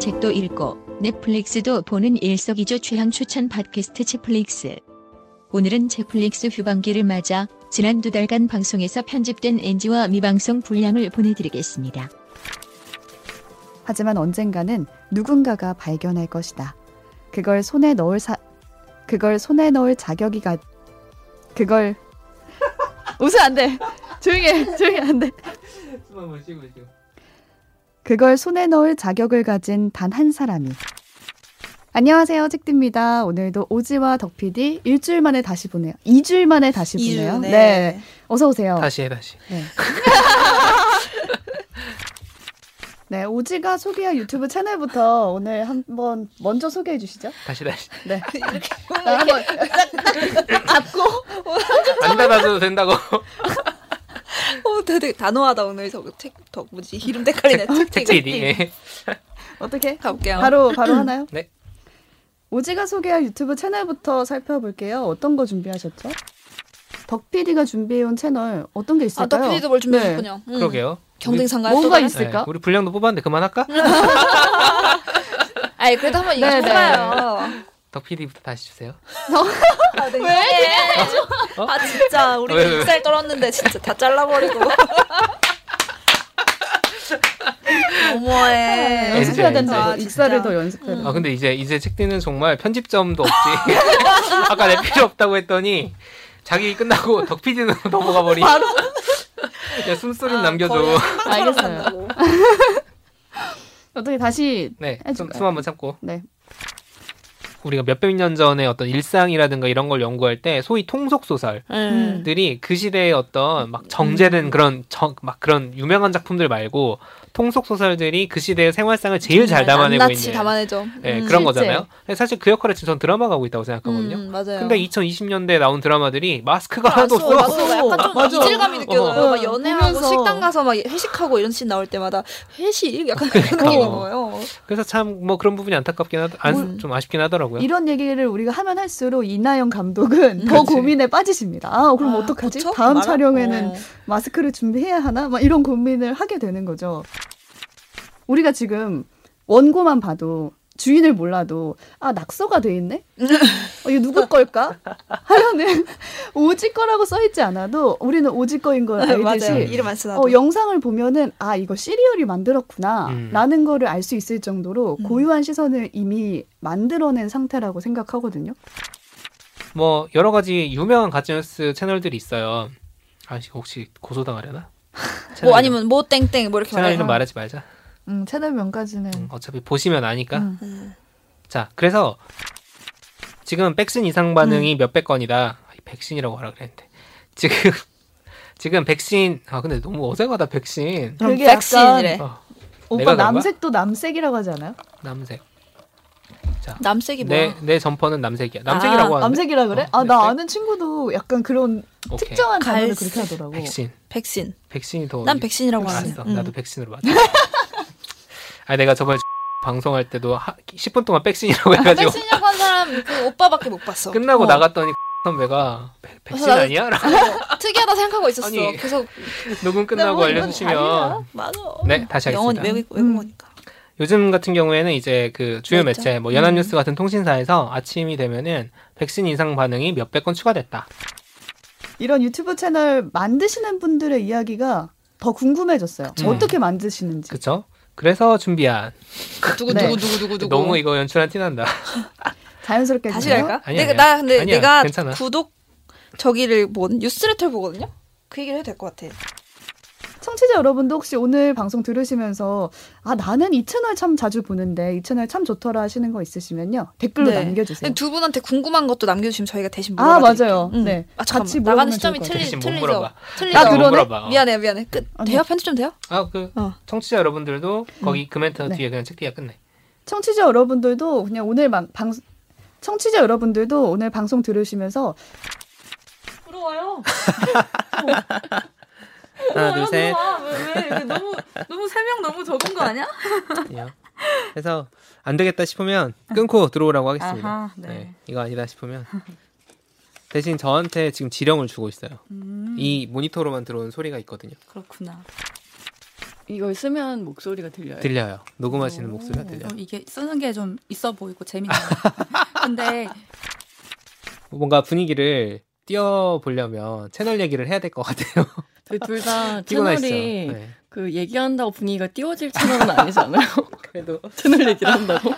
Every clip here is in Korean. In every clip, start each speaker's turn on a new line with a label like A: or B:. A: 책도 읽고 넷플릭스도 보는 일석이조 취향 추천 팟캐스트 책플릭스. 오늘은 책플릭스 휴방기를 맞아 지난 두 달간 방송에서 편집된 NG와 미방송 분량을 보내드리겠습니다.
B: 하지만 언젠가는 누군가가 발견할 것이다. 그걸 손에 넣을 사 그걸 손에 넣을 자격이 가 그걸 웃으면 안 돼. 조용히 해. 조용히 안 돼.
C: 숨한 번 쉬고 쉬고
B: 그걸 손에 넣을 자격을 가진 단 한 사람이. 안녕하세요. 책디입니다. 오늘도 오지와 덕PD 일주일 만에 다시 보네요. 2주일 만에 다시 보네요.
D: 이준의
B: 네. 어서 오세요.
C: 다시 해 다시
B: 네, 오지가 소개할 유튜브 채널부터 오늘 한번 먼저 소개해 주시죠.
C: 다시 다시
B: 네. 나 한번 잡고
C: 안 닫아도 된다고 네.
D: 어, 되게 단호하다 오늘 저책더 뭐지 이름 헷갈리네
C: 책책 예, 이
B: 어떻게?
D: 가볼게요.
B: 바로 바로 하나요?
C: 네.
B: 오지가 소개할 유튜브 채널부터 살펴볼게요. 어떤 거 준비하셨죠? 덕 PD가 준비해온 채널 어떤 게
D: 아,
B: 있을까요?
D: 더피디도 뭘
B: 네.
D: 준비했군요. 음.
C: 그러게요
D: 경쟁상가요? 음.
B: 뭔가
D: 또 다른-
C: 우리, 네,
B: 있을까?
C: 우리 분량도 뽑았는데 그만할까?
D: 아니 그래도 한번 이거
B: 네, 네.
D: 해봐요.
C: 덕 PD부터 다시 주세요
D: 왜? 그래야죠.
C: 어?
D: 네. 아 진짜 우리
C: 왜, 왜, 왜?
D: 육살 떨었는데 진짜 다 잘라버리고.
B: 네,
D: 너무해.
C: 엔지,
B: 연습해야
D: 엔지.
B: 된다.
D: 아,
B: 이거.
D: 진짜.
B: 익사를 더 연습해야
C: 아
B: 된다.
C: 근데 이제 이제 책디는 정말 편집점도 없지 아까 내 필요 없다고 했더니 자기 끝나고 덕 PD는 넘어가 버리
B: 바로
C: 야 숨소리
D: 아,
C: 는 남겨줘
D: 거의
B: 알겠어요. 어떻게 다시
C: 네숨
B: 해줄까요?
C: 한번 참고
B: 네.
C: 우리가 몇백 년 전에 어떤 일상이라든가 이런 걸 연구할 때 소위 통속 소설
D: 음.
C: 들이 그 시대의 어떤 막 정제된 그런 정, 막 그런 유명한 작품들 말고 통속 소설들이 그 시대의 생활상을 제일 잘 담아내고
D: 낱낱이
C: 있는
D: 담아내죠.
C: 예,
D: 음.
C: 그런
B: 실제.
C: 거잖아요. 근데 사실 그 역할을 지금 전 드라마가 하고 있다고 생각하거든요.
D: 음, 맞아요. 아,
C: 근데 2020년대 나온 드라마들이 마스크가 하나도
D: 맞소,
C: 없어.
D: 맞소. 약간 좀
B: 맞아.
D: 이질감이 느껴져요.
B: 어.
D: 막 연애하고
B: 보면서.
D: 식당 가서 막 회식하고 이런 씬 나올 때마다 회식 약간 그런
B: 그러니까.
D: 느낌인 거예요.
C: 그래서 참 뭐 그런 부분이 안타깝긴 하안
D: 음.
C: 좀 아쉽긴 하더라고요.
B: 이런 얘기를 우리가 하면 할수록 이나영 감독은 더
C: 그렇지.
B: 고민에 빠지십니다. 아, 그럼
D: 아,
B: 어떡하지?
D: 고쳐?
B: 다음
D: 말아-
B: 촬영에는
D: 어.
B: 마스크를 준비해야 하나? 막 이런 고민을 하게 되는 거죠. 우리가 지금 원고만 봐도 주인을 몰라도 아 낙서가 돼 있네? 어, 이거 누구 걸까? 하려는 오지 거라고 써 있지 않아도 우리는 오지 거인 걸
D: 맞아요.
B: 알듯이
D: 이름 안 쓰나.
B: 어, 영상을 보면은 아 이거 시리얼이 만들었구나
C: 음.
B: 라는 거를 알 수 있을 정도로
D: 음.
B: 고유한 시선을 이미 만들어낸 상태라고 생각하거든요.
C: 뭐 여러 가지 유명한 가짜뉴스 채널들이 있어요. 아 혹시 고소당하려나?
D: 뭐 아니면 뭐 땡땡 뭐 이렇게
C: 채널
D: 말해요.
C: 이름 말하지 말자.
E: 음, 채널명까지는
C: 음, 어차피 보시면 아니까.
E: 음.
D: 음.
C: 자, 그래서 지금 백신 이상
D: 음.
C: 반응이 몇백 건이다. 아이, 백신이라고 하라 그랬는데 지금 지금 백신 아 근데 너무 어색하다 백신
E: 그럼
B: 그게
D: 백신이래.
C: 어, 내가
E: 오빠
C: 그런 거야?
E: 남색도 남색이라고 하지 않아요?
C: 남색
D: 남색이
C: 내
D: 뭐야? 아,
C: 내 점퍼는 남색이야 남색이라고 하는데
E: 남색이라 그래?
C: 어,
E: 아, 나
C: 남색?
E: 아는 친구도 약간 그런
C: 오케이.
E: 특정한 단어를
D: 갈색.
E: 그렇게 하더라고.
C: 백신
D: 백신.
C: 어, 백신이 더
D: 난 백신이라고 하는데. 음.
C: 알았어 나도 백신으로 맞아 아 내가 저번에 방송할 때도 하, 10분 동안 백신이라고 해가지고
D: 아, 백신이라고 한 사람 그 오빠밖에 못 봤어.
C: 끝나고
D: 어.
C: 나갔더니 선배가 백- 백신
D: 나도-
C: 아니야? 라고
D: 어, 특이하다 생각하고 있었어.
C: 아니,
D: 그래서
C: 녹음 끝나고
E: 뭐 이건
C: 알려주시면
E: 아니야.
D: 맞아.
C: 네, 다시
D: 영어
C: 하겠습니다.
D: 외국
B: 음.
D: 외국어니까.
C: 요즘 같은 경우에는 이제 그 주요
D: 맞죠. 음.
C: 매체, 뭐 연합뉴스 같은 통신사에서 아침이 되면은 백신 인상 반응이 몇백 건 추가됐다.
B: 이런 유튜브 채널 만드시는 분들의 이야기가 더 궁금해졌어요.
C: 그쵸.
B: 어떻게 만드시는지.
C: 음. 그쵸? 그래서 준비한. 아,
D: 누구
B: 네.
D: 누구 누구 누구 누구.
C: 너무 이거 연출한 티 난다.
B: 자연스럽게
D: 다시
B: 해주세요.
D: 갈까?
C: 아니야,
D: 내가
C: 아니야.
D: 나 근데
C: 아니야,
D: 내가
C: 괜찮아.
D: 구독 저기를 뭔 뉴스레터를 보거든요. 그 얘기를 해도 될 것 같아.
B: 청취자 여러분도 혹시 오늘 방송 들으시면서 아 나는 이 채널 참 자주 보는데 이 채널 참 좋더라 하시는 거 있으시면요 댓글로
D: 네.
B: 남겨주세요.
D: 근데 두 분한테 궁금한 것도 남겨주시면 저희가 대신
B: 아
D: 물어봐드릴게요.
B: 맞아요.
D: 음.
B: 네.
D: 아
B: 같이
D: 잠깐만
B: 물어보면
D: 나가는 시점이
B: 좋을 것
D: 틀리,
C: 같아요. 대신 못
D: 틀리죠.
C: 물어봐.
D: 틀리죠.
B: 아, 그러네?
C: 물어봐. 어.
D: 미안해 미안해. 끝.
B: 아니야. 네.
D: 대화 편집 좀 돼요?
C: 아, 그,
D: 어. 음.
C: 청취자 여러분들도 거기 그 멘트
B: 네.
C: 뒤에 그냥 책뒤가 끝내.
B: 청취자 여러분들도 그냥 오늘 방, 방 청취자 여러분들도 오늘 방송 들으시면서
F: 부러워요.
C: 하나, 둘,
F: 부러워요,
C: 셋.
D: 아,
F: 누나. 왜, 왜 이렇게 너무 너무 세 명 너무 적은 거 아니야?
C: 그래서 안 되겠다 싶으면 끊고 들어오라고 하겠습니다.
F: 아하,
C: 네.
F: 네.
C: 이거 아니다 싶으면. 대신 저한테 지금
D: 음.
C: 지령을 주고 있어요. 이 모니터로만 들어온 소리가 있거든요.
F: 그렇구나.
G: 이걸 쓰면 목소리가 들려요.
C: 들려요. 녹음하시는
E: 오.
C: 목소리가 들려요.
F: 네. 어, 이게 쓰는 게 좀 있어 보이고 재밌네요. 근데
C: 뭔가 분위기를 띄워보려면 채널 얘기를 해야 될 것 같아요.
G: 그
C: 네.
G: 둘 다
C: 피곤하
G: 채널이 그 얘기한다고 분위기가 띄워질 채널은 아니잖아요.
C: 그래도
G: 채널 얘기를 한다고.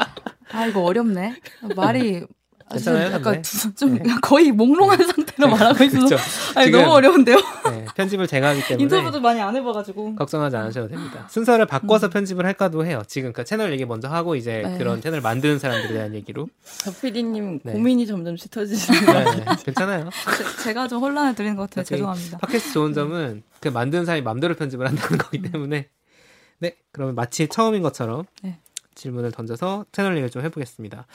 F: 아 이거 어렵네. 말이 아, 지금
C: 괜찮아요,
F: 약간
C: 근데?
F: 두- 좀
C: 네.
F: 거의 몽롱한 상태로 말하고 있어서
C: 그렇죠.
F: 아니,
C: 지금-
F: 너무 어려운데요.
C: 네, 편집을 제가 하기 때문에
F: 인터뷰도 많이 안 해봐가지고. 음.
C: 걱정하지 않으셔도 됩니다. 순서를 바꿔서 편집을 할까도 해요. 지금 그 채널 얘기 먼저 하고 이제
F: 네.
C: 그런 채널 만드는 사람들에 대한 얘기로
G: 저 PD님
C: 네.
G: 고민이 점점 짙어지시는
C: 네, 네, 괜찮아요.
F: 제- 제가 좀 혼란을 드리는 것 같아요.
C: 오케이.
F: 죄송합니다.
C: 팟캐스트 좋은
G: 네.
C: 점은 그 만드는 사람이 마음대로 편집을 한다는 거기 때문에 네 그러면 마치 처음인 것처럼
F: 네.
C: 질문을 던져서 채널 얘기를 좀 해보겠습니다.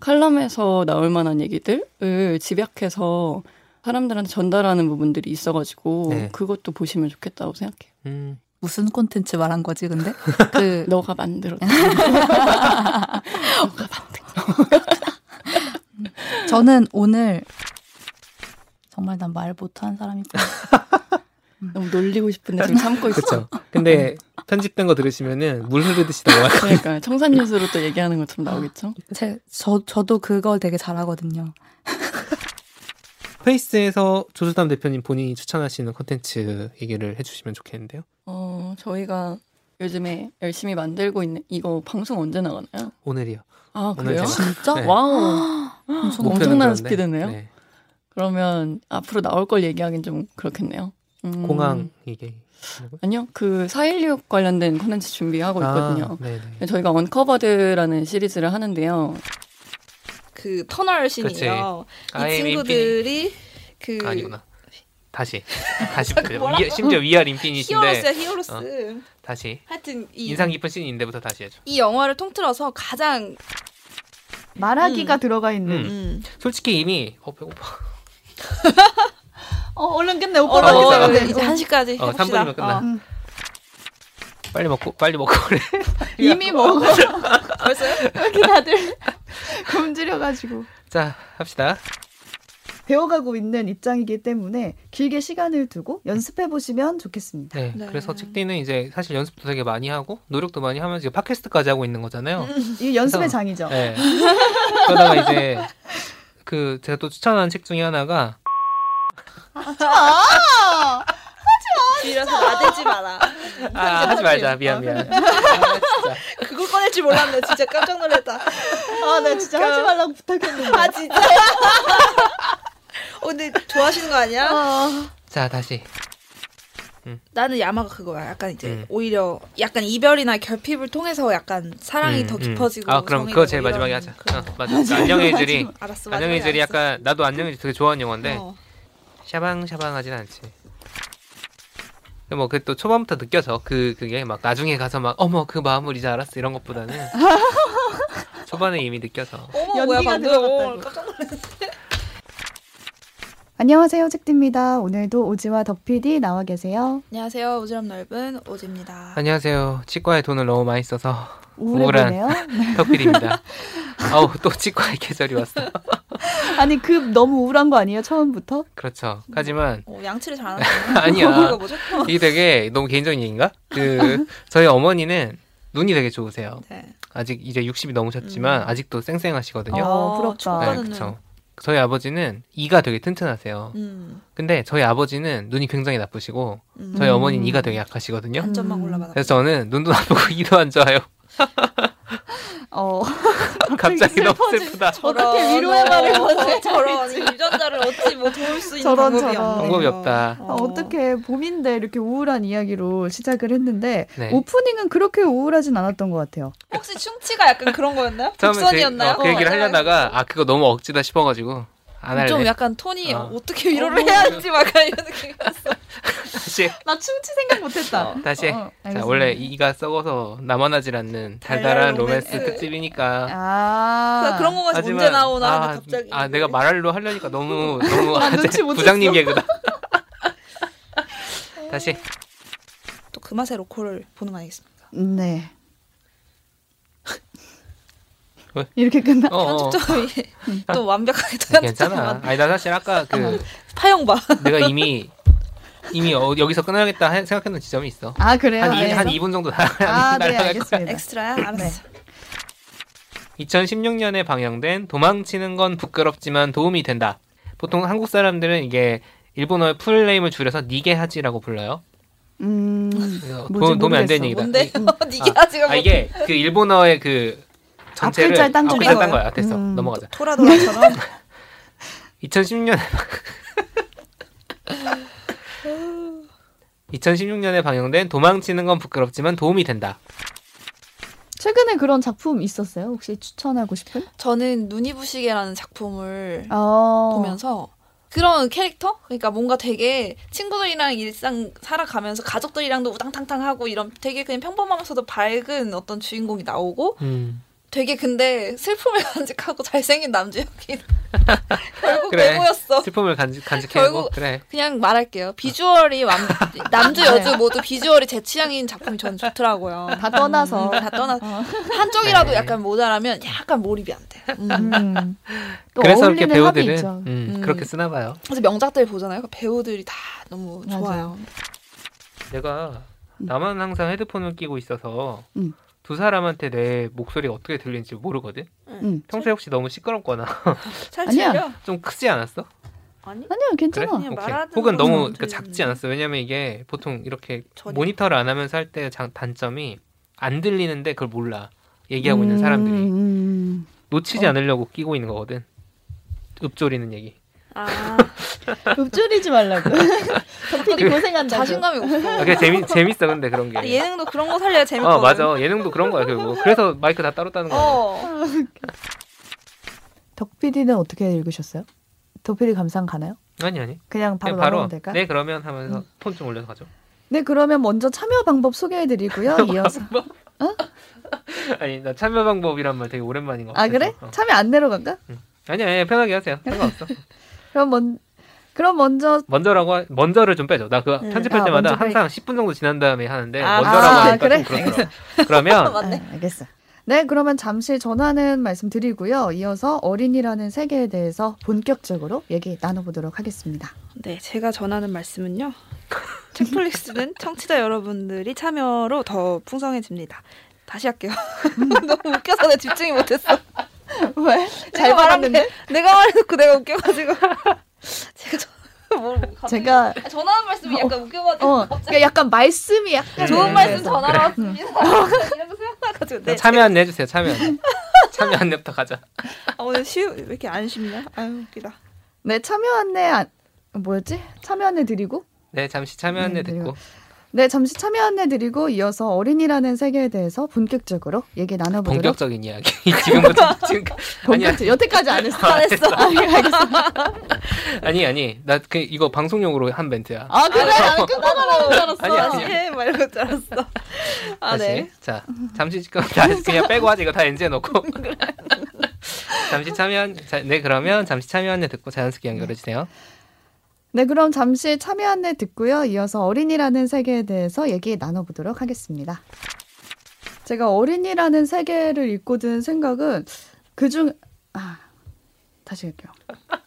G: 칼럼에서 나올 만한 얘기들을 집약해서 사람들한테 전달하는 부분들이 있어가지고
C: 네.
G: 그것도 보시면 좋겠다고 생각해요.
C: 음,
F: 무슨 콘텐츠 말한 거지 근데? 그
G: 너가 만들었다.
F: 저는 오늘 정말 난 말 못하는 사람이구나.
G: 너무 놀리고 싶은데 지금 참고 있어. 네.
C: 그렇죠. 근데 편집된 거 들으시면은 물 흐르듯이 나와요.
G: 그러니까 청산 뉴스로 또 얘기하는 것처럼 나오겠죠.
F: 제, 저, 저도 그걸 되게 잘하거든요.
C: 페이스에서 조수담 대표님 본인이 추천하시는 콘텐츠 얘기를 해주시면 좋겠는데요.
G: 어 저희가 요즘에 열심히 만들고 있는 이거 방송 언제 나가나요?
C: 오늘이요.
G: 아
C: 오늘
G: 그래요?
C: 제가-
F: 진짜?
C: 네.
G: 와우.
F: 엄청
G: 뭐-
C: 목표는
G: 엄청난
C: 그런데,
G: 스피드네요.
C: 네,
G: 그러면 앞으로 나올 걸 얘기하긴 좀 그렇겠네요. 음,
C: 공항 얘기.
G: 아니요 그 416 관련된 콘텐츠 준비하고 어, 있거든요.
C: 네, 네.
G: 저희가 언커버드라는 시리즈를 하는데요.
D: 그 터널 신이에요. 이 친구들이 그
C: 아, 예, 아니구나. 다시 다시 볼게요. 위- 심지어 위아 인피니트인데
D: 히어로스야 히어로스.
C: 다시
D: 하여튼 이,
C: 인상 깊은 씬인데부터 다시 해줘.
D: 이 영화를 통틀어서 가장
E: 말하기가 들어가 있는.
C: 음.
D: 음,
C: 솔직히 이미 어 배고파.
E: 어 얼른 끝내. 오빠
D: 어,
E: 얼른
C: 어,
E: 끝내.
D: 이제 한 시까지
C: 어
D: 해봅시다.
C: 3분이면 끝나.
D: 어,
E: 음.
C: 빨리 먹고 빨리 먹고 그래.
E: 이미 먹어.
D: 벌써요?
E: 이렇게 다들 금지려가지고.
C: 자 합시다.
B: 배워가고 있는 입장이기 때문에 길게 시간을 두고 연습해 보시면 좋겠습니다.
C: 네,
D: 네.
C: 그래서 책디는 이제 사실 연습도 되게 많이 하고 노력도 많이 하면서 지금 팟캐스트까지 하고 있는 거잖아요.
D: 음.
B: 이 연습의
D: 어.
C: 그래서-
B: 장이죠.
C: 네. 그러다가 이제 그 제가 또 추천한 책 중에 하나가
D: 뒤라서 나대지 마라.
C: 아, 하지 말자 미안
D: 어,
C: 미안. 아, 진짜.
D: 그거 꺼낼 줄 몰랐네. 진짜 깜짝 놀랐다.
B: 아,
D: 네,
B: 나 진짜 하지 말라고 부탁했는데.
D: 아 진짜. 어, 근데 좋아하시는 거 아니야?
C: 자 다시
D: 어. 나는 야마가 그거야. 약간 이제
C: 음.
D: 오히려 약간 이별이나 결핍을 통해서 약간 사랑이
C: 음,
D: 더
C: 음.
D: 깊어지고.
C: 아 그럼
D: 정이
C: 그거
D: 되고
C: 제일
D: 이런
C: 마지막에 하자.
D: 그런
C: 어,
D: 거.
C: 맞아. 안녕의 질이
D: 알았어.
C: 안녕의
D: 마지막에
C: 질이
D: 알았어.
C: 약간 네. 나도 안녕의 질 되게 좋아하는 영화인데
D: 어.
C: 샤방샤방하진 않지. 근데 뭐 그 또 초반부터 느껴져 그 그게 막 나중에 가서 막 어머 그 마음을 이제 알았어 이런 것보다는 초반에 이미 느껴져.
D: 어머 뭐야
B: 연기가
D: 방금
B: 들어갔다고.
D: 깜짝 놀랐어.
B: 안녕하세요, 잭디입니다. 오늘도 오지와 덕피디 나와 계세요.
D: 안녕하세요. 오지랖 넓은 오지입니다.
C: 안녕하세요. 치과에 돈을 너무 많이 써서 우울한.
B: 우울해보네요.
C: 덕필입니다. 아우 또 치과의 계절이 왔어.
B: 아니, 그 너무 우울한 거 아니에요, 처음부터?
C: 그렇죠. 하지만
D: 어, 양치를 잘안 하는
C: 아니야.
D: 이거 뭐죠?
C: 이게 되게 너무 개인적인 얘기인가? 그 저희 어머니는 눈이 되게 좋으세요.
D: 네.
C: 아직 이제 60이 넘으셨지만
D: 음. 아,
C: 아직도 쌩쌩하시거든요.
B: 어, 부럽다.
C: 네,
D: 촉감은-
C: 그렇죠. 저희 아버지는 이가 되게 튼튼하세요.
D: 음.
C: 근데 저희 아버지는 눈이 굉장히 나쁘시고
D: 음.
C: 저희 어머니는 이가 되게 약하시거든요.
D: 단점만 골라봐.
C: 그래서 저는 눈도 나쁘고 이도 안 좋아요.
B: 어,
C: 갑자기 너무 슬프다.
D: 어떻게 위로해 말을 저런 이 유전자를 어찌 뭐 도울 수 있는
B: 저런,
D: 방법이
B: 저런.
D: 없네요.
C: 방법이 없다.
B: 어. 어떻게 봄인데 이렇게 우울한 이야기로 시작을 했는데,
C: 네.
B: 오프닝은 그렇게 우울하진 않았던 것 같아요.
D: 어. 혹시 충치가 약간 그런 거였나요?
C: 처음에 그,
D: 복선이었나요?
C: 어, 그 얘기를 하려다가 아 그거 너무 억지다 싶어가지고 안 할래.
D: 좀 약간 톤이
C: 어.
D: 어. 떻게 위로를 해야 할지 막 이런 느낌.
C: 다시
E: 나 춤치 생각 못했다.
C: 다시.
E: 어,
C: 자,
E: 알겠습니다.
C: 원래 이가 썩어서 남아나질 않는 달달한
D: 달달한
C: 로맨스
D: 로맨스.
C: 특집이니까.
E: 아
D: 그런 거가
C: 하지만-
D: 언제 나오나 하는데
C: 아,
D: 갑자기.
C: 아 내가 말할로 하려니까 너무 너무 아,
E: 눈치 못
C: 부장님 개그다. 다시
D: 또 그 맛의 로코를 보는 거 아니겠습니까?
B: 네.
C: 왜?
B: 이렇게 끝나?
C: 어, 어.
D: 편집점이 또 완벽하게
C: 괜찮아.
D: 편집점만
C: 아니 나 사실 아까 그
D: 파형봐.
C: 내가 이미 이미 어, 여기서 끊어야겠다 해- 생각했던 지점이 있어.
B: 아 그래요?
C: 한, 이,
B: 네.
C: 한 2분 정도 다
B: 아, 네,
C: 날아갈 거야.
B: 알겠습니다.
D: 엑스트라야? 알았어.
C: 2016년에 방영된 도망치는 건 부끄럽지만 도움이 된다. 보통 한국 사람들은 이게 일본어의 풀네임을 줄여서 니게하지라고 불러요.
B: 음.
C: 그래서
B: 뭐지?
C: 도, 도움이 안 되는
B: 모르겠어.
C: 얘기다.
D: 뭔데? 니게
C: 아,
D: 아직 뭐
C: 아 이게 그 일본어의 그 전체를
B: 앞글자를 딴
C: 앞글자를
D: 줄인
C: 딴
D: 거예요?
C: 거야. 됐어.
B: 음.
C: 넘어가자.
D: 토라도라처럼
C: 2016년 2016년에 방영된 도망치는 건 부끄럽지만 도움이 된다.
B: 최근에 그런 작품 있었어요? 혹시 추천하고 싶은?
D: 저는 눈이 부시게라는 작품을
B: 어.
D: 보면서 그런 캐릭터? 그러니까 뭔가 되게 친구들이랑 일상 살아가면서 가족들이랑도 우당탕탕 하고 이런 되게 그냥 평범하면서도 밝은 어떤 주인공이 나오고
C: 음.
D: 되게 근데 슬픔을 간직하고 잘생긴 남주역이 결국
C: 그래.
D: 배우였어.
C: 슬픔을 간직, 간직해고
D: 결국-
C: 그래.
D: 그냥 말할게요. 비주얼이 완, 남주
B: 네.
D: 여주 모두 비주얼이 제 취향인 작품이 전 좋더라고요. 음,
B: 다 떠나서.
D: 다 떠나
B: 어.
D: 한쪽이라도
C: 네.
D: 약간 모자라면 약간 몰입이 안 돼. 음.
B: 음. 또
C: 그래서
B: 어울리는
C: 이렇게
B: 합이
C: 배우들은
B: 있죠.
C: 음,
D: 음.
C: 그렇게 쓰나 봐요.
D: 그래서 명작들 보잖아요. 그 배우들이 다 너무
B: 맞아요.
D: 좋아요.
C: 내가
G: 음.
C: 나만 항상 헤드폰을 끼고 있어서
G: 음.
C: 두 사람한테 내 목소리가 어떻게 들리는지 모르거든.
G: 음.
C: 평소에 혹시 너무 시끄럽거나
D: 잘
B: 아니야.
D: 즐겨.
C: 좀 크지 않았어?
D: 아니
B: 아니요, 괜찮아.
D: 그냥
C: 오케이.
D: 말하는
C: 혹은
D: 걸로
C: 너무
D: 좀
C: 그 작지 않았어. 왜냐면 이게 보통 이렇게
D: 전혀.
C: 모니터를 안 하면서 할 때 단점이 안 들리는데 그걸 몰라. 얘기하고 있는 사람들이
G: 음,
C: 놓치지
B: 어.
C: 않으려고 끼고 있는 거거든. 읊조리는 얘기.
D: 아,
B: 읊조리지 말라고. 덕필이 고생한다.
D: 그 자신감이 없어.
C: 아, 그게 재미 재밌어 근데 그런 게.
D: 아, 예능도 그런 거 살려야 재밌거든.
C: 어 맞아 예능도 그런 거야 결국 그래서 마이크 다 따로 따는 거야.
D: 어.
B: 덕필이는 어떻게 읽으셨어요? 덕필이 감상 가나요?
C: 아니 아니
B: 그냥 바로
C: 그냥
B: 넘어가면 될까? 음.
C: 네 그러면 하면서 톤 좀 올려서 가죠.
B: 네, 그러면 먼저 참여 방법 소개해드리고요. 이어서.
C: 아니 나 참여 방법이란 말 되게 오랜만인 것 같아.
B: 아 그래?
C: 어.
B: 참여 안 내려간가?
C: 아니 아니 편하게 하세요. 상관없어.
B: 그럼 먼 그럼 먼저
C: 먼저라고 하- 먼저를 좀 빼줘. 나 그거
D: 네.
C: 편집할
B: 아,
C: 때마다
B: 먼저
C: 항상 10분 정도 지난 다음에 하는데
D: 아,
C: 먼저라고
B: 아,
C: 하니까
B: 그래?
C: 좀 그렇더라. 그러면
D: 맞네.
B: 아, 알겠어. 네, 그러면 잠시 전하는 말씀드리고요. 이어서 어린이라는 세계에 대해서 본격적으로 얘기 나눠보도록 하겠습니다.
D: 네, 제가 전하는 말씀은요. 책플릭스는 청취자 여러분들이 참여로 더 풍성해집니다. 다시 할게요. 너무 웃겨서 내 집중이 못했어.
B: 왜?
D: 내가 말한 게- 내가 말해놓고 내가 웃겨가지고. 제가 전... 뭘 갑자기-
B: 제가
D: 아, 전하는 말씀이 약간 웃겨가지고. 네,
B: 어, 그러니까 약간 말씀이 약간
D: 좋은 말씀
B: 그래서.
D: 전하러 왔습니다. 이런 거 생각나가지고. 네,
C: 참여 안내 해주세요. 참여 안내. 참여 안내부터 가자.
D: 아, 오늘 쉬우 왜 이렇게 안 쉽냐? 아유 웃기다.
B: 네, 참여 안내 안... 뭐였지? 참여 안내 드리고
C: 네 잠시 참여 안내
B: 음, 그리고-
C: 듣고
B: 네, 잠시 참여 안내 드리고 이어서 어린이라는 세계에 대해서 본격적으로 얘기 나눠보도록
C: 본격적인 이야기 지금부터 지금 아니야
B: 본격적 여태까지 안 했어. 아,
D: 안 했어.
C: 아니 아니 나 그 이거 방송용으로 한 멘트야.
B: 아 그래? 안
D: 나도 줄 알았어.
C: 아니야,
D: 다시 해. 막 이러고 예, 줄 알았어. 아
C: 다시.
D: 네.
C: 자 잠시 지금 다시 그냥 빼고 하자 이거 다 엔지에 넣고. 잠시 참여 안- 자, 네 그러면 잠시 참여 안내 듣고 자연스럽게 연결해 주세요.
B: 네, 그럼 잠시 참여 안내 듣고요. 이어서 어린이라는 세계에 대해서 얘기 나눠보도록 하겠습니다. 제가 어린이라는 세계를 읽고 든 생각은 그중 아 다시 할게요.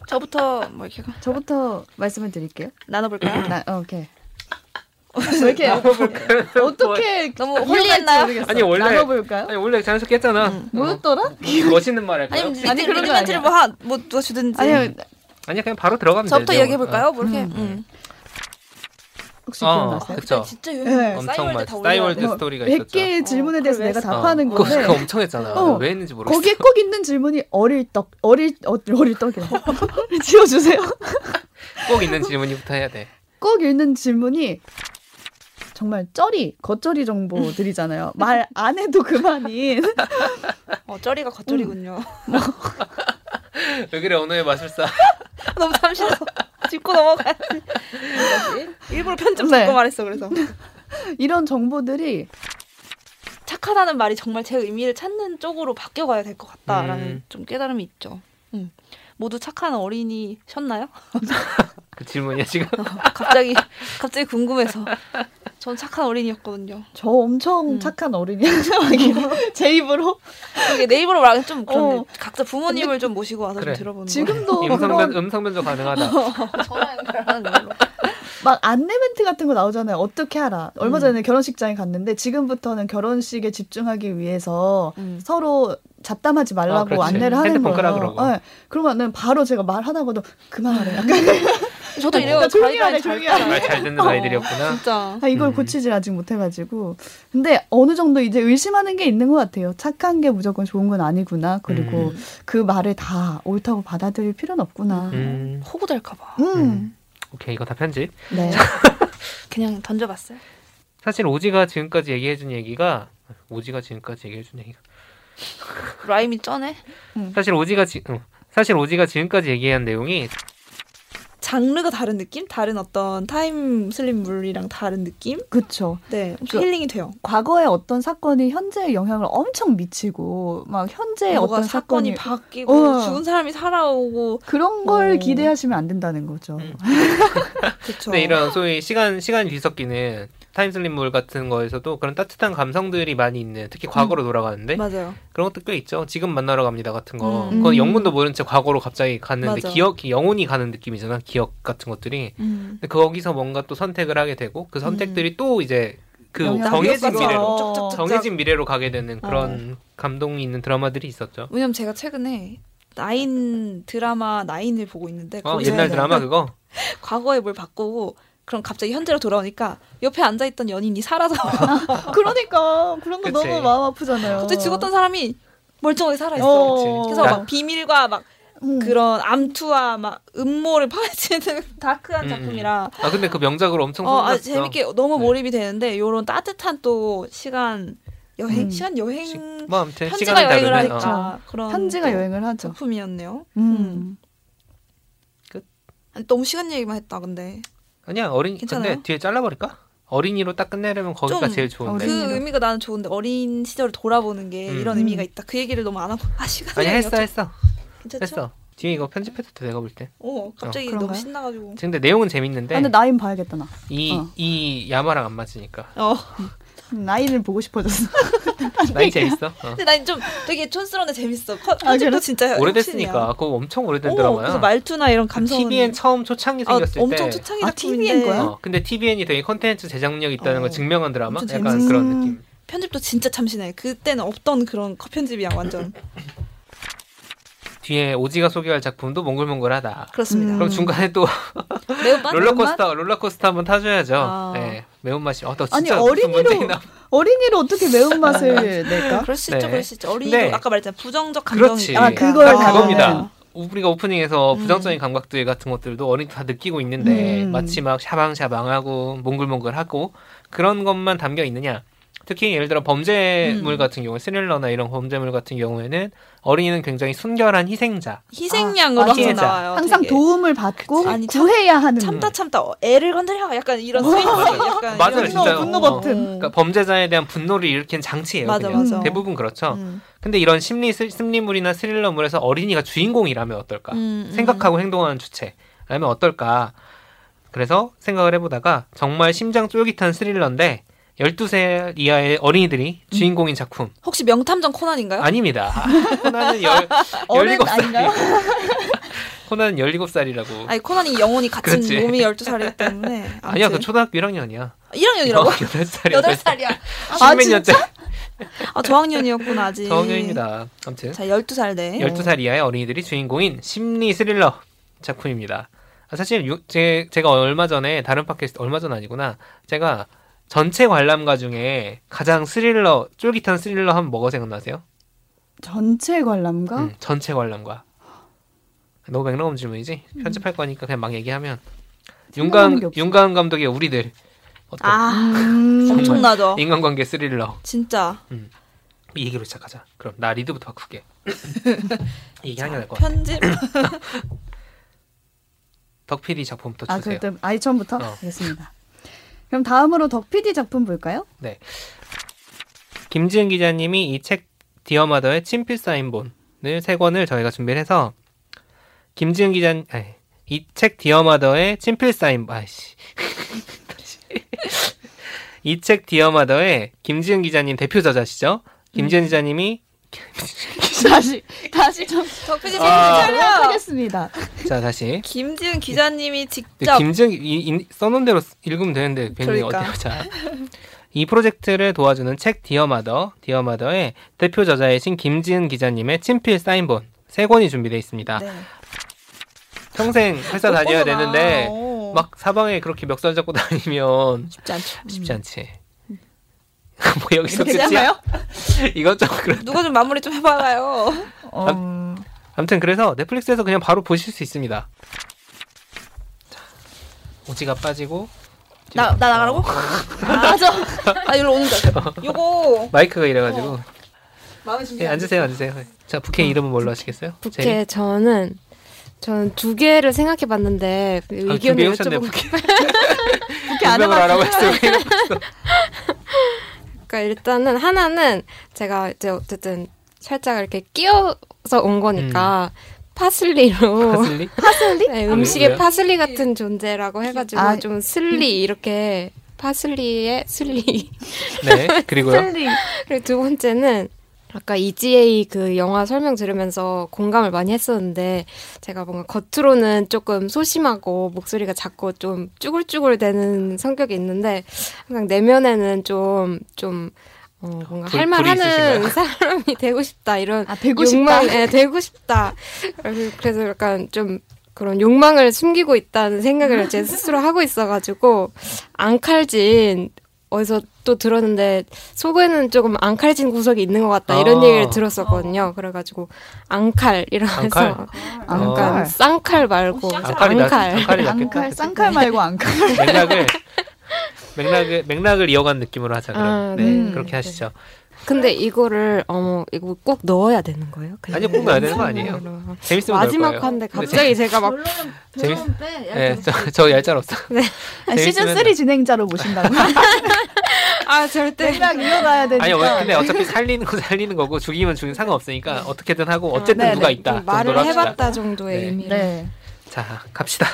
D: 저부터 뭐 이렇게
B: 저부터 말씀을 드릴게요.
D: 나눠볼까요?
B: 나 어, 오케이. 왜
D: 네.
B: 이렇게
C: 아, 뭐
B: 어떻게
D: 너무
B: 이어갈지
D: 홀리했나요?
B: 모르겠어.
C: 아니, 원래-
B: 나눠볼까요?
C: 뭐. 아니 원래 자연스럽게 했잖아. 어.
B: 뭐였더라?
C: 멋있는 말 할까요?
D: 음, 아니
B: 아니,
D: 리트,
B: 그런 거
D: 리트멘트를
B: 아니야.
D: 뭐뭐 누가
C: 음.
D: 주든지.
B: 아니
C: 아니야 그냥 바로 들어가면
D: 저부터
C: 돼.
D: 얘기해 볼까요? 뭐 이렇게.
B: 음.
D: 음. 아,
B: 혹시
C: 어,
B: 기억나세요?
C: 그쵸.
D: 진짜 요즘
B: 네.
C: 엄청 많.
D: 싸이월드 다
C: 싸이월드
D: 올려요.
C: 스토리가
B: 뭐 몇
C: 있었죠.
B: 개의 질문에
D: 어,
B: 대해서
D: 그걸
B: 내가
D: 왜
B: 답하는
C: 그거,
B: 건데
C: 그거 엄청 했잖아.
B: 어.
C: 왜 했는지 모르겠어.
B: 거기에 꼭 있는 질문이 어릴 떡 어릴 어, 어릴 떡이라 지어주세요.
C: 꼭 있는 질문이부터 해야 돼.
B: 꼭 읽는 질문이 정말 쩌리 겉절이 정보들이잖아요. 말 안 해도 그만인
D: 어, 쩌리가 겉절이군요.
C: 왜 그래 언어의 마술사.
D: 너무 참신해서 짚고 넘어가야지. 일부러 편집
B: 네.
D: 잡고 말했어 그래서.
B: 이런 정보들이
D: 착하다는 말이 정말 제 의미를 찾는 쪽으로 바뀌어가야 될 것 같다라는
C: 음.
D: 좀 깨달음이 있죠. 음. 모두 착한 어린이셨나요?
C: 그 질문이야 지금.
D: 갑자기 갑자기 궁금해서 전 착한 어린이였거든요.
B: 저 엄청
D: 음.
B: 착한 어린이 제 입으로
D: 그게 내 입으로 말하기 좀 그런데
B: 어.
D: 각자 부모님을 좀 모시고 와서
C: 그래.
D: 좀 들어보는
B: 지금도
C: 음성
B: 그런
D: 어.
C: 변 음성 변조 가능하다.
D: 거. 전화 연결하는 걸로.
B: 막 안내 멘트 같은 거 나오잖아요. 어떻게 하라. 얼마
D: 음.
B: 전에 결혼식장에 갔는데 지금부터는 결혼식에 집중하기 위해서 서로 잡담하지
C: 아,
B: 말라고
C: 그렇지.
B: 안내를 하는
C: 핸드폰 끄라
B: 거예요.
C: 그러고.
B: 네. 그러면은 바로 제가 말하다가도 그만하래.
C: 음.
B: 약간
D: 저도 이래요.
B: 조용히
D: 가이드라인
B: 하래,
D: 잘
B: 조용히 하래.
C: 말 잘
D: 어.
C: 듣는 아이들이었구나.
D: 진짜.
B: 아, 이걸
C: 음.
B: 고치질 아직 못해가지고. 근데 어느 정도 이제 의심하는 게 있는 것 같아요. 착한 게 무조건 좋은 건 아니구나. 그리고
C: 음.
B: 그 말을 다 옳다고 받아들일 필요는 없구나. 음.
C: 음.
D: 호구될까봐
C: 음. 오케이 이거 다 편집.
B: 네.
D: 그냥 던져봤어요.
C: 사실 오지가 지금까지 얘기해준 얘기가 오지가 지금까지 얘기해준 얘기가
D: 라임이 쩌네. 음.
C: 사실 오지가 지 응. 사실 오지가 지금까지 얘기한 내용이
D: 장르가 다른 느낌? 다른 어떤 타임슬립물이랑 다른 느낌?
B: 그쵸.
D: 네.
B: 그-
D: 힐링이 돼요.
B: 과거의 어떤 사건이 현재의 영향을 엄청 미치고, 막 현재의
D: 뭐가
B: 어떤
D: 네,
B: 사건이.
D: 사건이 바뀌고
B: 어.
D: 죽은 사람이 살아오고
B: 그런 걸
D: 어.
B: 기대하시면 안 된다는 거죠.
C: 음.
D: 그렇죠.
C: 근데 네, 이런 소위 시간 시간 뒤섞이는 타임슬립물 같은 거에서도 그런 따뜻한 감성들이 많이 있는 특히
D: 음.
C: 과거로 돌아가는데
D: 맞아요.
C: 그런 것도 꽤 있죠. 지금 만나러 갑니다 같은 거.
D: 음.
C: 그건 영문도 모른 채 과거로 갑자기 갔는데
D: 맞아.
C: 기억 영혼이 가는 느낌이잖아. 기억 같은 것들이.
D: 음.
C: 근데 거기서 뭔가 또 선택을 하게 되고 그 선택들이 또 이제 그
B: 영향을
C: 정해진
B: 미쳤어.
C: 미래로
D: 쫙쫙쫙.
C: 정해진 미래로 가게
D: 어.
C: 되는 그런 감동이 있는 드라마들이 있었죠.
D: 왜냐면 제가 최근에 나인 드라마 나인을 보고 있는데
C: 어,
D: 거기서 네.
C: 옛날 드라마 그거.
D: 과거에 뭘 바꾸고 그럼 갑자기 현재로 돌아오니까 옆에 앉아 있던 연인이 살아서
B: 그러니까 그런 거
C: 그치.
B: 너무 마음 아프잖아요.
D: 갑자기 죽었던 사람이 멀쩡하게 살아 있어.
C: 그치.
D: 그래서 막 비밀과 막
B: 음.
D: 그런 암투와 막 음모를 파헤치는 다크한
C: 음,
D: 작품이라
C: 아 근데 그 명작으로 엄청
D: 어, 아,
C: 소문났어.
D: 재밌게 너무
C: 네.
D: 몰입이 되는데 요런 따뜻한 또 시간 여행
B: 음. 그렇죠.
D: 시간
C: 시-
D: 여행
C: 뭐 아무튼
D: 현지가
C: 시간은
D: 여행을
C: 다르네. 어.
D: 하니까 그런
B: 현지가
D: 또
B: 여행을 하죠.
D: 작품이었네요.
B: 음.
D: 아니, 너무 시간 얘기만 했다 근데
C: 아니야 어린 근데
D: 괜찮아요?
C: 뒤에 잘라버릴까? 어린이로 딱 끝내려면 거기가
D: 좀
C: 제일 좋은데.
B: 어린-
D: 그 의미가 나는 좋은데 어린 시절을 돌아보는 게
C: 네. 음.
D: 이런 의미가 있다. 그 얘기를 너무 안 하고 아 시간
C: 아니
D: 여행이었죠.
C: 했어 했어
D: 괜찮죠?
C: 했어. 뒤에 이거 편집해도 돼 내가 볼 때.
D: 어 갑자기
B: 어,
D: 너무
B: 그런가요?
D: 신나가지고
C: 근데 내용은
B: 아, 근데
C: 재밌는데
B: 나인 봐야겠다 나.
C: 이
B: 어.
C: 이 야마랑 안 맞으니까
D: 어
B: 음, 나인을 보고 싶어졌어.
C: 나이 재밌어. 어.
D: 근데 난 좀 되게 촌스러운데 재밌어. 컨- 컨셉도
B: 그래?
D: 진짜
C: 아, 오래됐으니까
D: 혁신이야.
C: 그거 엄청 오래된
D: 어,
C: 드라마야.
D: 그래서 말투나 이런 감성
C: TVN 처음 초창기 생겼을 때.
D: 엄청 초창기
B: 아,
D: 작품인데
B: TVN 거야?
C: 어, 근데 TVN이 되게 컨텐츠 제작력 있다는 걸 증명한 드라마?
D: 어, 엄청
C: 약간
D: 재밌어.
C: 그런 느낌.
D: 편집도 진짜 참신해. 그때는 없던 그런 컷 편집이야 완전.
C: 음. 뒤에 오지가 소개할 작품도 몽글몽글하다.
D: 그렇습니다.
C: 그럼 중간에 또
D: 음. 매운맛?
C: 롤러코스터 롤러코스터 한번 타줘야죠.
D: 아.
C: 네, 매운맛이. 어, 나
B: 아니,
C: 진짜
B: 어린이로-
C: 무슨 문제있나
B: 어린이로 어떻게 매운 맛을 낼까?
D: 그럴 수
C: 네.
D: 있죠, 그럴 수 있죠. 어린이도
C: 네.
D: 아까 말했잖아 부정적 감정이.
C: 그렇지.
D: 있다.
B: 아, 그걸
C: 딱
B: 다
C: 그겁니다.
B: 음.
C: 우리가
D: 음.
C: 오프닝에서 부정적인 감각들 같은 것들도 어린이 다 느끼고 있는데
B: 음.
C: 마치 막 샤방샤방하고 몽글몽글하고 그런 것만 담겨 있느냐? 특히 예를 들어 범죄물
D: 음.
C: 같은 경우 스릴러나 이런 범죄물 같은 경우에는 어린이는 굉장히 순결한 희생자.
D: 희생양으로
B: 아,
D: 막
C: 피해자.
D: 나와요.
B: 항상
D: 되게.
B: 도움을 받고
D: 그치. 아니, 참-
B: 구해야 하는.
D: 참다 참다 어, 애를 건드려 약간 이런 스위치 약간
C: 맞아요,
D: 이런
C: 진짜.
B: 분노
C: 어.
B: 버튼.
C: 그러니까 범죄자에 대한 분노를 일으키는 장치예요.
D: 음. 맞아,
C: 그냥.
D: 맞아.
C: 대부분 그렇죠.
D: 음.
C: 근데 이런 심리 스- 심리물이나 스릴러물에서 어린이가 주인공이라면 어떨까?
D: 음, 음.
C: 그러니까 생각하고 행동하는 주체라면 어떨까? 그래서 생각을 해보다가 정말 심장 쫄깃한 스릴러인데 12세 이하의 어린이들이 주인공인 작품
D: 혹시 명탐정 코난인가요?
C: 아닙니다. 코난은 열,
B: 어른
C: 17살이고 코난은 17살이라고
D: 아니 코난이 영혼이 같은
C: 그렇지.
D: 몸이 12살이기 때문에 아무튼.
C: 아니야 그 초등학교 1학년이야.
D: 1학년이라고?
C: 8살이야.
D: 8살이야.
C: 십몇 년째
D: 아 저학년이었구나 아직.
C: 저학년입니다. 아무튼
D: 자 12살 네.
C: 12살 이하의 어린이들이 주인공인 심리 스릴러 작품입니다. 아, 사실 요- 제, 제가 얼마 전에 다른 팟캐스트 얼마 전 아니구나 제가 전체 관람가 중에 가장 스릴러 쫄깃한 스릴러 한 번 뭐가 생각나세요?
B: 전체 관람가?
C: 음, 전체 관람가 너무 맥락없는 질문이지 편집할 거니까 그냥 막 얘기하면
B: 음. 생각나는 게
C: 윤강
B: 없어.
C: 윤강 감독의 우리들 어때?
D: 아
B: 음.
D: 엄청나죠.
C: 인간관계 스릴러
D: 진짜
C: 이 얘기로 시작하자 그럼 나 리드부터 바꿀게 얘기하게 될것 같아
D: 편집
C: 덕필이 작품부터
B: 아,
C: 주세요
B: 그때 아이 처음부터
C: 어.
B: 알겠습니다. 그럼 다음으로 덕 PD 작품 볼까요?
C: 김지은 기자님이 이 책 디어마더의 친필 사인본을 세 권을 저희가 준비를 해서 김지은 기자 이 책 디어마더의 친필 사인본 아이씨
D: 음.
C: 이 책 디어마더의 김지은 기자님 대표 저자시죠? 김지은 기자님이
B: 다시 다시 좀
D: 덕분에
C: 아.
D: 생일 차려.
B: 하겠습니다.
C: 자 다시.
D: 김지은 기자님이
C: 근데
D: 직접
C: 네, 김지은 이, 이- 써놓은 대로 쓰- 읽으면 되는데 괜히
D: 그러니까.
C: 어때요? 자. 이 프로젝트를 도와주는 책 디어마더, 디어마더의 대표 저자이신 김지은 기자님의 친필 사인본 세 권이 준비되어 있습니다.
D: 네.
C: 평생 회사 다녀야
D: 예쁘구나.
C: 아, 되는데
D: 어.
C: 막 사방에 그렇게 멱살 잡고 다니면
D: 쉽지 않죠.
C: 쉽지 않지. 뭐 여기서
D: 이렇게
C: 끝이야? 이건 좀 그런.
D: 누가 좀 마무리 좀 해봐요.
E: 음,
C: 아무튼 그래서 넷플릭스에서 그냥 바로 보실 수 있습니다. 자, 오지가 빠지고 어,
D: 나, 나 나가라고? 맞아. 아, 일로 오는 거야. 요거.
C: 마이크가 이래가지고
D: 어. 마음의 음. 준비.
C: 예, 앉으세요, 앉으세요. 자 부캐 이름은 뭘로 하시겠어요?
H: 부캐 저는 저는 두 개를 생각해 봤는데 그
C: 아,
H: 의견을
C: 준비해오셨네
H: 여쭤본
C: 부캐.
E: 이렇게 안
C: 생각을
E: 해봤
C: 안 하고 했어요.
H: 그러니까 일단은 하나는 제가 이제 어쨌든 살짝 이렇게 끼어서 온 거니까
C: 음.
H: 파슬리로
C: 아, 가슬리?
D: 어.
H: 네, 음식에
C: 왜요?
H: 파슬리 같은 존재라고 해가지고
E: 아,
H: 좀 슬리 이렇게 파슬리의 슬리
C: 네. 그리고요.
E: 셀링.
H: 그리고 두 번째는 아까 EGA 그 영화 설명 들으면서 공감을 많이 했었는데 제가 뭔가 겉으로는 조금 소심하고 목소리가 작고 좀 쭈글쭈글 되는 성격이 있는데 항상 내면에는 좀 좀 어, 뭔가
C: 불- 불이
H: 할 말하는
C: 있으신가요?
H: 사람이 되고 싶다 이런
B: 아 되고 싶다.
H: 욕망 예, 되고 싶다 그래서- 그래서 약간 좀 그런 욕망을 숨기고 있다는 생각을 제 스스로 하고 있어가지고 앙칼진 어디서 또 들었는데 속에는 조금 앙칼진 구석이 있는 것 같다 이런
C: 아.
H: 얘기를 들었었거든요 그래가지고 앙칼이라고 해서
C: 앙칼. 어.
H: 약간
B: 안칼.
H: 쌍칼 말고
F: 어,
C: 아, 안칼이 나. 안칼이 낫겠다.
E: 안칼 쌍칼 말고 안칼.
C: 맥락을 맥락을 맥락을 이어간 느낌으로 하자 그럼.
H: 아,
C: 네.
H: 네.
C: 그렇게 하시죠.
H: 근데 이거를 어머 이거 꼭 넣어야 되는 거예요? 그냥
C: 아니요, 꼭 넣어야 되는 거 아니에요.
H: 음성으로.
C: 재밌으면 넣을 거예요.
H: 마지막 한데 갑자기 제가 막
F: 결론은
C: 재밌-
F: 결론 빼. 야,
C: 네,
F: 결론
C: 저,
F: 빼.
C: 저 얄짤 없어.
E: 아, 시즌
C: 재밌으면-
E: 3 진행자로 모신다고.
H: 아,
B: 네.
H: 절대
E: 맥락 이어가야 되니까.
C: 네. 아니 왜- 근데 어차피 살리는 건 살리는 거고 죽이면 죽인 상관없으니까 어떻게든 하고 어쨌든
H: 네. 아, 네,
C: 누가
H: 네.
C: 있다
H: 좀 말을
C: 정도로 합시다.
H: 해봤다 정도의
C: 네.
H: 의미로
E: 네.
C: 자 갑시다.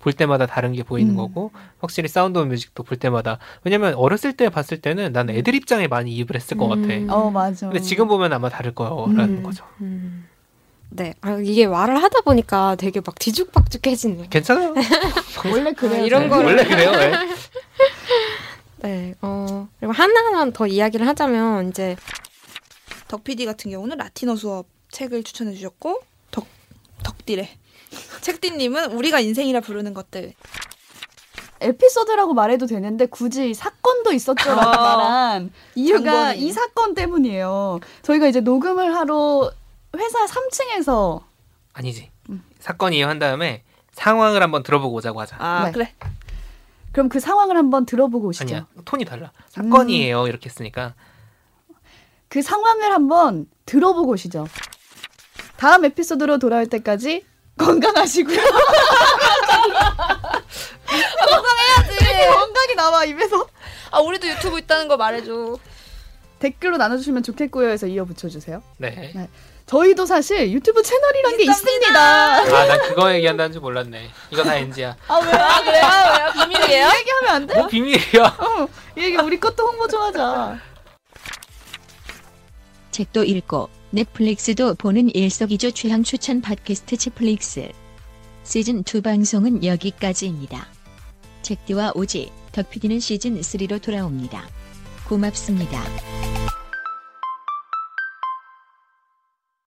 C: 볼 때마다 다른 게
H: 음.
C: 보이는 거고 확실히 사운드 오브 뮤직도 볼 때마다 왜냐면 어렸을 때 봤을 때는 난 애들 입장에 많이 이입을 했을 것 같아.
H: 음.
E: 어 맞아.
C: 근데 지금 보면 아마 다를 거라는
H: 음.
C: 거죠.
H: 음. 네, 아, 이게 말을 하다 보니까 되게 막 뒤죽박죽해지네요.
C: 괜찮아요.
E: 원래 그래.
H: 아, 이런
C: 네,
H: 거를-
C: 원래 그래요. 네.
H: 네, 어 그리고 하나만 더 이야기를 하자면 이제
D: 덕 PD 같은 경우는 라틴어 수업 책을 추천해 주셨고 덕 덕디래. 책디님은 우리가 인생이라 부르는 것들.
B: 에피소드라고 말해도 되는데 굳이 사건도 있었죠라고
D: 어.
B: 말한 이유가
D: 장본인.
B: 이 사건 때문이에요. 저희가 이제 녹음을 하러 회사 3층에서
C: 아니지. 사건 이해한 다음에 상황을 한번 들어보고 오자고 하자.
D: 아
B: 네.
D: 그래.
B: 그럼 그 상황을 한번 들어보고 오시죠.
C: 아니야 톤이 달라. 사건이에요 이렇게 쓰니까
B: 그 상황을 한번 들어보고 오시죠. 다음 에피소드로 돌아올 때까지 건강하시고요. 건강이 나와 입에서
D: 아 우리도 유튜브 있다는 거 말해줘.
B: 댓글로 나눠주시면 좋겠고요. 해서 이어 붙여주세요.
C: 네.
B: 저희도 사실 유튜브 채널이란 게
D: 있습니다.
B: 있습니다.
C: 아 난 그거 얘기한다는 줄 몰랐네. 이거 다 NG야.
B: 아 왜요?
D: 아 그래요? 왜요? 비밀이에요?
B: 얘기하면 안 돼?
C: 뭐 비밀이야.
B: 이 얘기 우리 것도 홍보 좀 하자.
A: 책도 읽고 넷플릭스도 보는 일석이조 취향 추천 팟캐스트 채플릭스 시즌 2 방송은 여기까지입니다. 책디와 오지 덕피디는 시즌 3로 돌아옵니다. 고맙습니다.